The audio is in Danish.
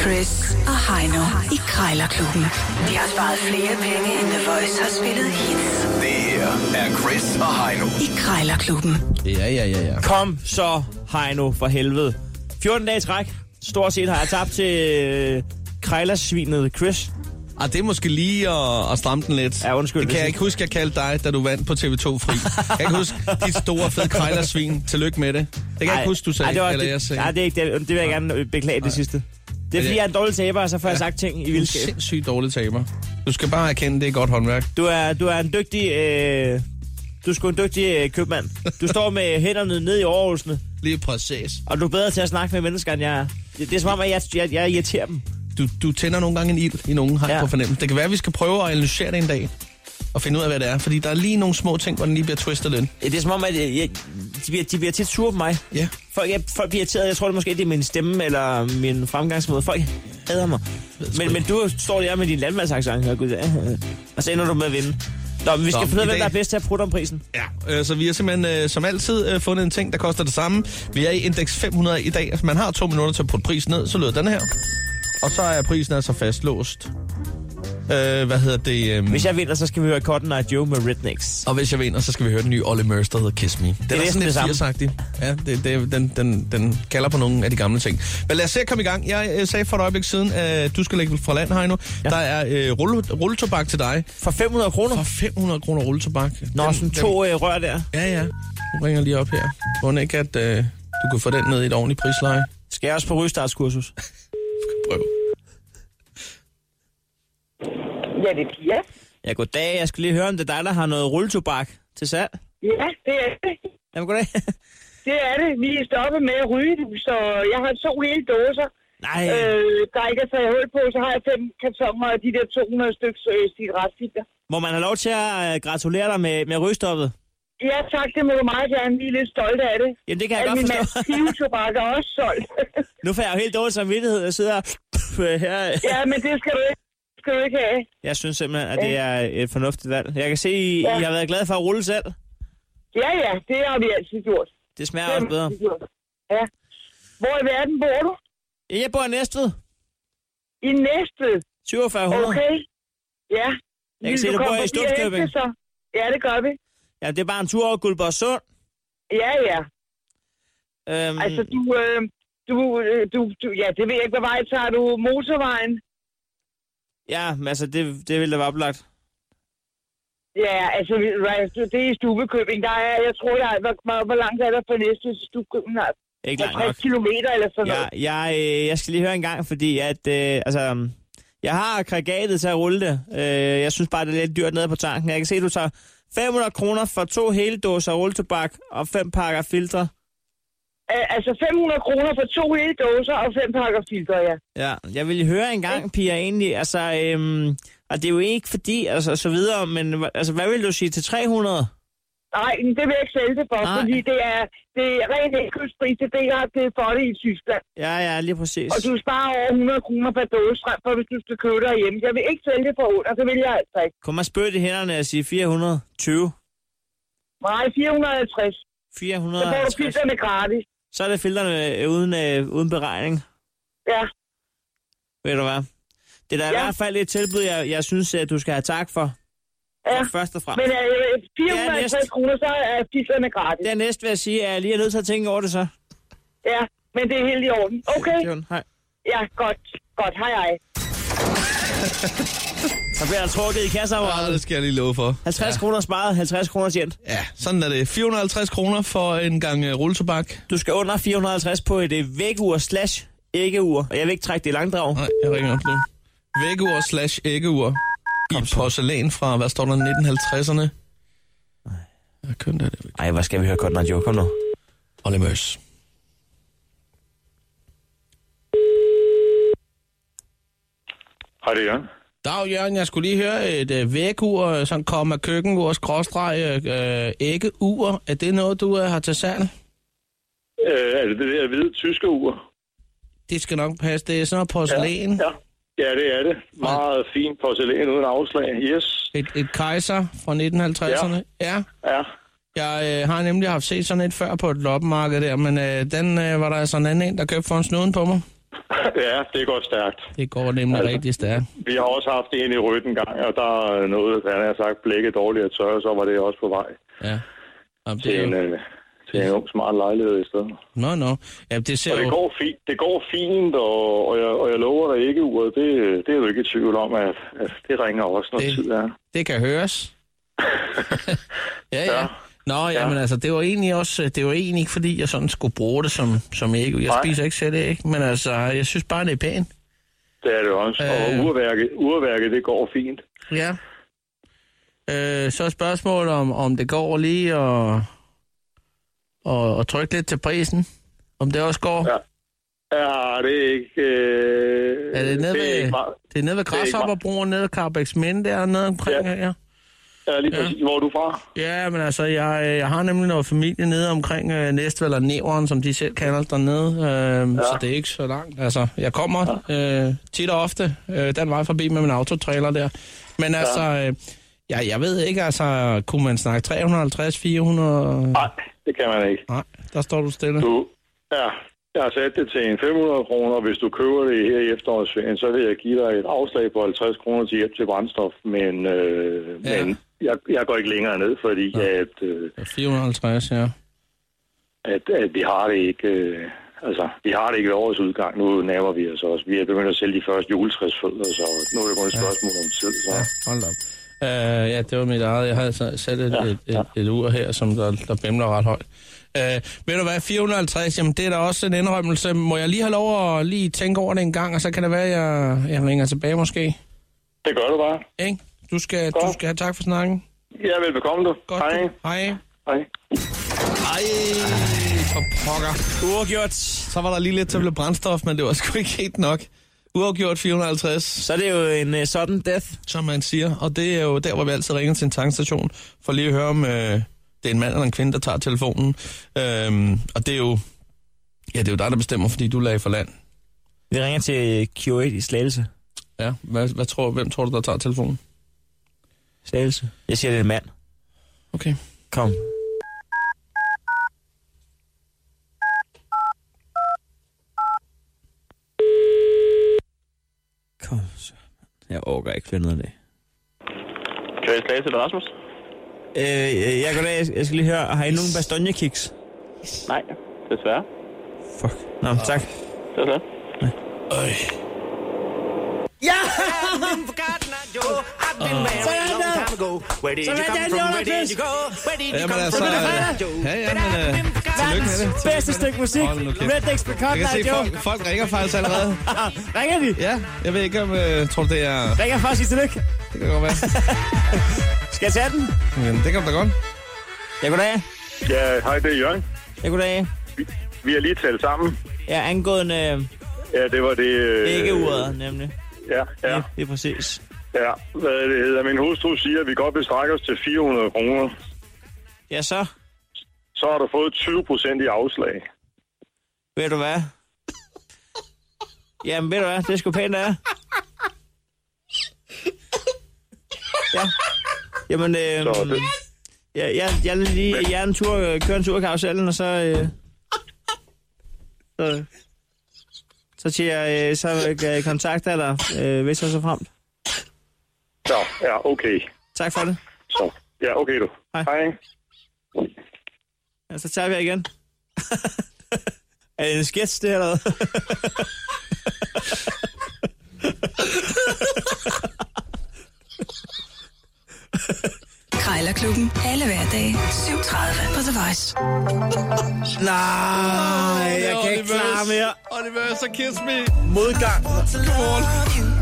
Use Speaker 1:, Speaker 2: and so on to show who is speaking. Speaker 1: Chris og Heino i Krejlerklubben. De har sparet flere penge, end The Voice har spillet hits
Speaker 2: Det her er Chris og Heino.
Speaker 1: i Krejlerklubben.
Speaker 3: Ja, ja, ja, ja.
Speaker 4: Kom så, Heino, for helvede. 14 dage i træk. Stort set har jeg tabt til øh, krejlersvinet Chris.
Speaker 3: Ah, det er måske lige at, at stramme den lidt.
Speaker 4: Ja, undskyld,
Speaker 3: Det kan
Speaker 4: hvis
Speaker 3: jeg
Speaker 4: ikke-
Speaker 3: ikke huske, jeg kaldte dig, da du vandt på TV2 Fri. kan jeg ikke huske dit store, fede krejlersvin. Tillykke med det. Det kan jeg ikke huske, du sagde,
Speaker 4: ej, det var,
Speaker 3: eller
Speaker 4: det,
Speaker 3: jeg sagde. Altså,
Speaker 4: Nej, det er ikke det. Det vil jeg gerne øh, beklage det sidste. Det er fordi, jeg er en dårlig taber, og så får jeg sagt ting i
Speaker 3: Du er
Speaker 4: vildskab.
Speaker 3: sindssygt dårlig taber. Du skal bare erkende, det er godt håndværk.
Speaker 4: Du er, du er en dygtig... Øh, du er sgu en dygtig øh, købmand. Du står med hænderne ned i overholdsene,
Speaker 3: Lige præcis.
Speaker 4: og du er bedre til at snakke med mennesker, end jeg er. Det, det er som om, at jeg, jeg, jeg irriterer dem.
Speaker 3: Du, du tænder nogle gange en ild i nogen, har jeg
Speaker 4: Ja.
Speaker 3: på fornemmelse. Det kan være, at vi skal prøve at analysere det en dag. Og finde ud af, hvad det er. Fordi der er lige nogle små ting, hvor den lige bliver twistet lidt.
Speaker 4: Det er som om, at jeg, jeg, de, bliver, de bliver tit sure på mig.
Speaker 3: Ja.
Speaker 4: Folk, jeg, folk bliver irriteret. Jeg tror det måske, det er min stemme eller min fremgangsmåde. Folk hader mig. Men, men du står der med din landmandsaccent, og, gud, ja, øh, og så ender du med at vinde. Nå, men vi skal
Speaker 3: Nå,
Speaker 4: finde ud
Speaker 3: i
Speaker 4: af, hvem der er
Speaker 3: dag-
Speaker 4: bedst til at prutte om prisen.
Speaker 3: Ja, øh, så vi har simpelthen øh, som altid øh, fundet en ting, der koster det samme. Vi er i indeks 500 i dag. Man har to minutter til at putte prisen ned, så lyder den her. Og så er prisen altså fastlåst. Øh, hvad hedder det? Øh,
Speaker 4: Hvis jeg vinder, så skal vi høre Cotton Eye Joe med Rednecks.
Speaker 3: Og hvis jeg vinder, så skal vi høre den nye Olly Murs, der hedder Kiss Me. Den
Speaker 4: næsten det samme.
Speaker 3: samme. Ja, det, det, den, den, den kalder på nogle af de gamle ting. Men lad os se at komme i gang. Jeg øh, sagde for et øjeblik siden, at øh, du skal lægge fra land her nu. Ja. Der er øh, rulle, rulletobak til dig.
Speaker 4: For 500 kroner?
Speaker 3: For 500 kroner rulletobak.
Speaker 4: Nå,
Speaker 3: Den-
Speaker 4: sådan
Speaker 3: den-
Speaker 4: to øh, rør der.
Speaker 3: Ja, ja. Nu ringer jeg lige op her. Må den ikke, at øh, du kunne få den ned i et ordentligt prisleje?
Speaker 4: Skal jeg også på rygstartskursus?
Speaker 3: Prøv.
Speaker 5: Ja, det er Pia.
Speaker 4: Ja, goddag. Jeg skal lige høre, om det er dig, der har noget rulletobak til salg.
Speaker 5: Ja, det er det.
Speaker 4: Jamen, goddag.
Speaker 5: Det er det. Vi er stoppet med at ryge, så jeg har to hele dåser.
Speaker 4: Nej.
Speaker 5: Øh, der er ikke er taget hul på, så har jeg fem kartonger af de der 200 stykker øh, cigaretfitter.
Speaker 4: Må man have lov til at øh, gratulere dig med, med rygstoppet?
Speaker 5: Ja, tak. Det må du meget gerne. Vi er lidt stolte af det.
Speaker 4: Jamen, det kan jeg
Speaker 5: Al
Speaker 4: godt
Speaker 5: min
Speaker 4: forstå.
Speaker 5: mands pivetobak er også solgt.
Speaker 4: Nu får jeg jo helt dårlig samvittighed. Jeg sidder øh, her.
Speaker 5: ja, men det skal du ikke, skal du ikke have.
Speaker 4: Jeg synes simpelthen, at det er et fornuftigt valg. Jeg kan se, I, ja. I har været glade for at rulle selv.
Speaker 5: Ja, ja, det har vi altid gjort.
Speaker 4: Det smager også
Speaker 5: Det har
Speaker 4: bedre.
Speaker 5: vi gjort. Ja. Hvor i verden bor du?
Speaker 4: Jeg bor i Næstved.
Speaker 5: I Næstved.
Speaker 4: 4700. Okay.
Speaker 5: Okay. Ja.
Speaker 4: Jeg kan
Speaker 5: Vil
Speaker 4: se, du
Speaker 5: komme
Speaker 4: bor i
Speaker 5: forbi og hente
Speaker 4: Stubbskøbing.
Speaker 5: det så? Ja, det gør vi.
Speaker 4: Ja, det er bare en tur over Guldborg Sund.
Speaker 5: Ja, ja.
Speaker 4: Øhm,
Speaker 5: Altså, du, øh, du, øh, du, du, ja, det ved jeg ikke, hvad vej tager du motorvejen?
Speaker 4: Ja, men altså, det, det ville da være oplagt.
Speaker 5: Ja, altså, ved du hvad, det er i Stubekøbing. Der er, jeg tror, jeg, hvor, hvor, hvor langt er der fra næste til Stubekøbing? Nej,
Speaker 4: Ikke langt nok.
Speaker 5: 50 kilometer eller sådan noget.
Speaker 4: Jeg, jeg, øh, jeg skal lige høre en gang, fordi at, øh, altså, um, jeg har aggregatet til at rulle det. Øh, jeg synes bare, det er lidt dyrt nede på tanken. Jeg kan se, at du tager 500 kroner for to hele dåser rulletobak og fem pakker filtre.
Speaker 5: Øh, Altså, 500 kroner for to hele dåser og fem pakker filter, ja.
Speaker 4: Ja, jeg ville høre en gang, Pia, egentlig, altså, øhm, og det er jo ikke fordi, altså, så videre, men hva- altså, hvad vil du sige til 300?
Speaker 5: Nej, men det vil jeg ikke sælge det for,
Speaker 4: Nej.
Speaker 5: fordi det er, det er rent indkøbspris, det er det, jeg har givet for det i Tyskland.
Speaker 4: Ja, ja, lige præcis.
Speaker 5: Og du sparer over 100 kroner per dåse, frem for hvis du skal købe dig hjemme. Jeg vil ikke sælge det for under, det vil jeg altså ikke.
Speaker 4: Kom og spørg i hænderne og sige 420.
Speaker 5: Nej, 450. Så får du
Speaker 4: 450.
Speaker 5: filterne gratis.
Speaker 4: Så er det filterne øh, uden, øh, uden beregning,
Speaker 5: Ja,
Speaker 4: ved du hvad. Det er da i
Speaker 5: Ja.
Speaker 4: hvert fald et tilbud, jeg, jeg synes, at du skal have tak for.
Speaker 5: ja.
Speaker 4: Først og fremmest.
Speaker 5: Men øh,
Speaker 4: Ja,
Speaker 5: 450
Speaker 4: næste.
Speaker 5: kroner, så er filterne gratis.
Speaker 4: Dernæst vil jeg sige, at jeg lige er nødt til at tænke over det så.
Speaker 5: Ja, men det er helt i orden. Okay,
Speaker 4: Jørgen, Hej.
Speaker 5: ja, godt. Godt, hej hej.
Speaker 4: Så bliver der trukket i
Speaker 3: Ah, det
Speaker 4: kasseapparatet.
Speaker 3: skal jeg lige love for.
Speaker 4: 50 kroner sparet, 50 kroner tjent.
Speaker 3: Ja, sådan er det. 450 kroner for en gang øh, rulletobak.
Speaker 4: Du skal under 450 på et øh, vægeur slash æggeur. Og jeg vil ikke trække det i langdrag.
Speaker 3: Nej, jeg ringer op nu. Vækkeur slash æggeur. I porcelæn fra, hvad står der, 1950'erne? Nej. Køn er det.
Speaker 4: Ej, hvad skal vi høre Cotton Eye Joe? Kom nu.
Speaker 3: Olly Mørs.
Speaker 6: Hej, det er Jørgen.
Speaker 3: Dag, Jørgen, jeg skulle lige høre et øh, vækkeur, som kommer køkkenur, skråstreg, øh, æggeur. Er det noget, du øh, har til salg?
Speaker 6: Øh, er det det der hvide tyske ur?
Speaker 3: Det skal nok passe, det er sådan noget porcelæn.
Speaker 6: Ja. ja, det er det. Meget fint porcelæn uden afslag. Yes.
Speaker 3: Et, et kejser fra 1950'erne. Ja. ja.
Speaker 6: Ja.
Speaker 3: Jeg øh, har nemlig haft set sådan et før på et loppemarked der, men øh, den øh, var der altså en anden en, der købte for en snuden på mig.
Speaker 6: ja, det går stærkt.
Speaker 3: Det går nemlig
Speaker 6: Altså.
Speaker 3: rigtig stærkt.
Speaker 6: Vi har også haft en i rødt en gang, og der nåede, han har sagt, blækket dårligt at tørre, så var det også på vej
Speaker 3: Ja. Jamen, det
Speaker 6: til
Speaker 3: er
Speaker 6: en,
Speaker 3: jo...
Speaker 6: øh, til en ung, smart lejlighed i stedet.
Speaker 3: Nå, nå. Ja, det ser
Speaker 6: Og det
Speaker 3: jo...
Speaker 6: går fint, det går fint og, og, jeg, og jeg lover dig ikke, uret, det, det er du ikke i tvivl om, at, at det ringer også, når
Speaker 3: Det-
Speaker 6: det... tid er.
Speaker 3: Det kan høres. ja, ja.
Speaker 6: Ja.
Speaker 3: Nå, ja, men altså, det var egentlig også, det var egentlig ikke, fordi jeg sådan skulle bruge det som, som æg. Jeg
Speaker 6: Nej.
Speaker 3: spiser ikke selv æg, men altså, jeg synes bare, det er pænt.
Speaker 6: Det er det også. Øh...
Speaker 3: Øh.
Speaker 6: Og urværket, urværket, det går fint.
Speaker 3: Ja. Øh, så er spørgsmålet, om, om det går lige og, og, og trykke lidt til prisen. Om det også går. Ja.
Speaker 6: Ja. Ja, det er ikke... Øh,
Speaker 3: Er det nede
Speaker 6: det er
Speaker 3: ved,
Speaker 6: ikke meget.
Speaker 3: det er nede ved
Speaker 6: det er ikke
Speaker 3: Græshopperbroen, nede ved Carbex Minde, der nede omkring ja.
Speaker 6: Ja.
Speaker 3: her.
Speaker 6: Ja, lige
Speaker 3: Ja.
Speaker 6: præcis. Hvor er du fra?
Speaker 3: Ja, men altså, jeg, øh, jeg har nemlig noget familie nede omkring øh, Næstved, eller Nævren, som de selv kalder det dernede, øh, ja. så det er ikke så langt. Altså, jeg kommer øh, tit og ofte øh, den vej forbi med min autotrailer der. Men altså, øh, jeg, jeg ved ikke, altså, kunne man snakke 350, 400...
Speaker 6: Nej, det kan man ikke.
Speaker 3: Nej, der står du stille.
Speaker 6: Ah. Du, ja, jeg har sat det til en 500 kroner, og hvis du køber det her i efterårsferien, så vil jeg give dig et afslag på 50 kroner til hjælp til brændstof, men, øh,
Speaker 3: Ja.
Speaker 6: ja. men jeg, jeg går ikke længere ned, fordi ja. at, øh,
Speaker 3: 450, ja.
Speaker 6: at, at vi har det ikke... Øh, altså, vi har det ikke ved årets udgang. Nu nærmer vi os også. Vi er begyndt at sælge de første juletræsfødder, så nu er det kun et spørgsmål om tid. Så.
Speaker 3: Ja, hold da op. Uh, ja, det var mit eget. Jeg havde så- selv et, ja, et, et, et ur her, som der, der bimler ret højt. Uh, ved du hvad, 450, jamen det er da også en indrømmelse. Må jeg lige have lov at lige tænke over det en gang, og så kan det være, at jeg, jeg ringer tilbage måske?
Speaker 6: Det gør du bare.
Speaker 3: Ikke? Du skal,
Speaker 6: Godt.
Speaker 3: du skal have tak for snakken.
Speaker 6: Ja, velbekomme du.
Speaker 3: Godt,
Speaker 6: Hej.
Speaker 3: Du. Hej.
Speaker 6: Hej.
Speaker 3: Ej, for pokker.
Speaker 4: Uafgjort.
Speaker 3: Så var der lige lidt til at blive brændstof, men det var sgu ikke helt nok. Uafgjort 450.
Speaker 4: Så er det jo en uh, sudden death.
Speaker 3: som man siger. Og det er jo der, hvor vi altid ringer til en tankstation, for lige at høre om øh, det er en mand eller en kvinde, der tager telefonen. Øhm, og det er jo ja, det er jo dig, der bestemmer, fordi du lagde for land.
Speaker 4: Vi ringer til Q8 i Slagelse.
Speaker 3: Ja, hvad, hvad tror, hvem tror du, der tager telefonen?
Speaker 4: Slagelse. Jeg siger, det er en mand.
Speaker 3: Okay.
Speaker 4: Kom. Kom så. Jeg overgår ikke finde ud af det.
Speaker 7: Kan jeg slage til Rasmus?
Speaker 4: Øh, øh, jeg, goddag, Jeg- jeg skal lige høre, har I nogen bastonjekiks?
Speaker 7: Nej, desværre.
Speaker 4: Fuck. Nå, tak.
Speaker 7: Det er slet.
Speaker 3: Øj. Jamen altså, øh, ja, ja, men øh, tillykke med det.
Speaker 4: Bedste stykke musik.
Speaker 3: Hold nu kæft.
Speaker 4: Red Dicks med
Speaker 3: Jeg kan
Speaker 4: Cotton
Speaker 3: se,
Speaker 4: Joe.
Speaker 3: folk, folk ringer faktisk allerede.
Speaker 4: Ringer de?
Speaker 3: Ja, jeg ved ikke, om øh, tror du, det er...
Speaker 4: Ringer for at sige tillykke.
Speaker 3: Det kan godt være.
Speaker 4: Skal jeg tage den?
Speaker 3: Men det kan da godt.
Speaker 4: Ja, goddag.
Speaker 6: Ja, hej, det er Jørgen.
Speaker 4: Ja, goddag.
Speaker 6: Vi har lige talt sammen.
Speaker 4: Ja, angående øh,
Speaker 6: Ja, det var det... Øh,
Speaker 4: æggeuret, nemlig.
Speaker 6: Ja, ja,
Speaker 4: Ja, det er præcis.
Speaker 6: ja. Hvad er det hedder? Min hustru siger, at vi godt vil strække os til 400 kroner.
Speaker 4: Ja, så
Speaker 6: Så har du fået 20 procent i afslag.
Speaker 4: ved du hvad? Jamen, ved du hvad? Det er sgu pænt, det er. Ja. Jamen, øh,
Speaker 6: Så det,
Speaker 4: jeg, jeg, jeg, vil lige, jeg er en tur, øh, kører en tur i karusellen, og så... Øh, så, så siger jeg, øh, så øh, kontakter jeg dig, øh, hvis jeg så fremt.
Speaker 6: ja, ja, okay.
Speaker 4: Tak for det.
Speaker 6: Så, ja, okay du.
Speaker 4: Hej.
Speaker 6: hej.
Speaker 4: Ja, så tager vi jer igen. er det en sketch, det her? eller hvad?
Speaker 1: Krejlerklubben. Alle hverdage. 7.30 på The Voice.
Speaker 4: Nej, jeg kan ikke klare mere.
Speaker 3: Oliver, så kiss me.
Speaker 4: Modgang.
Speaker 3: Godmorgen.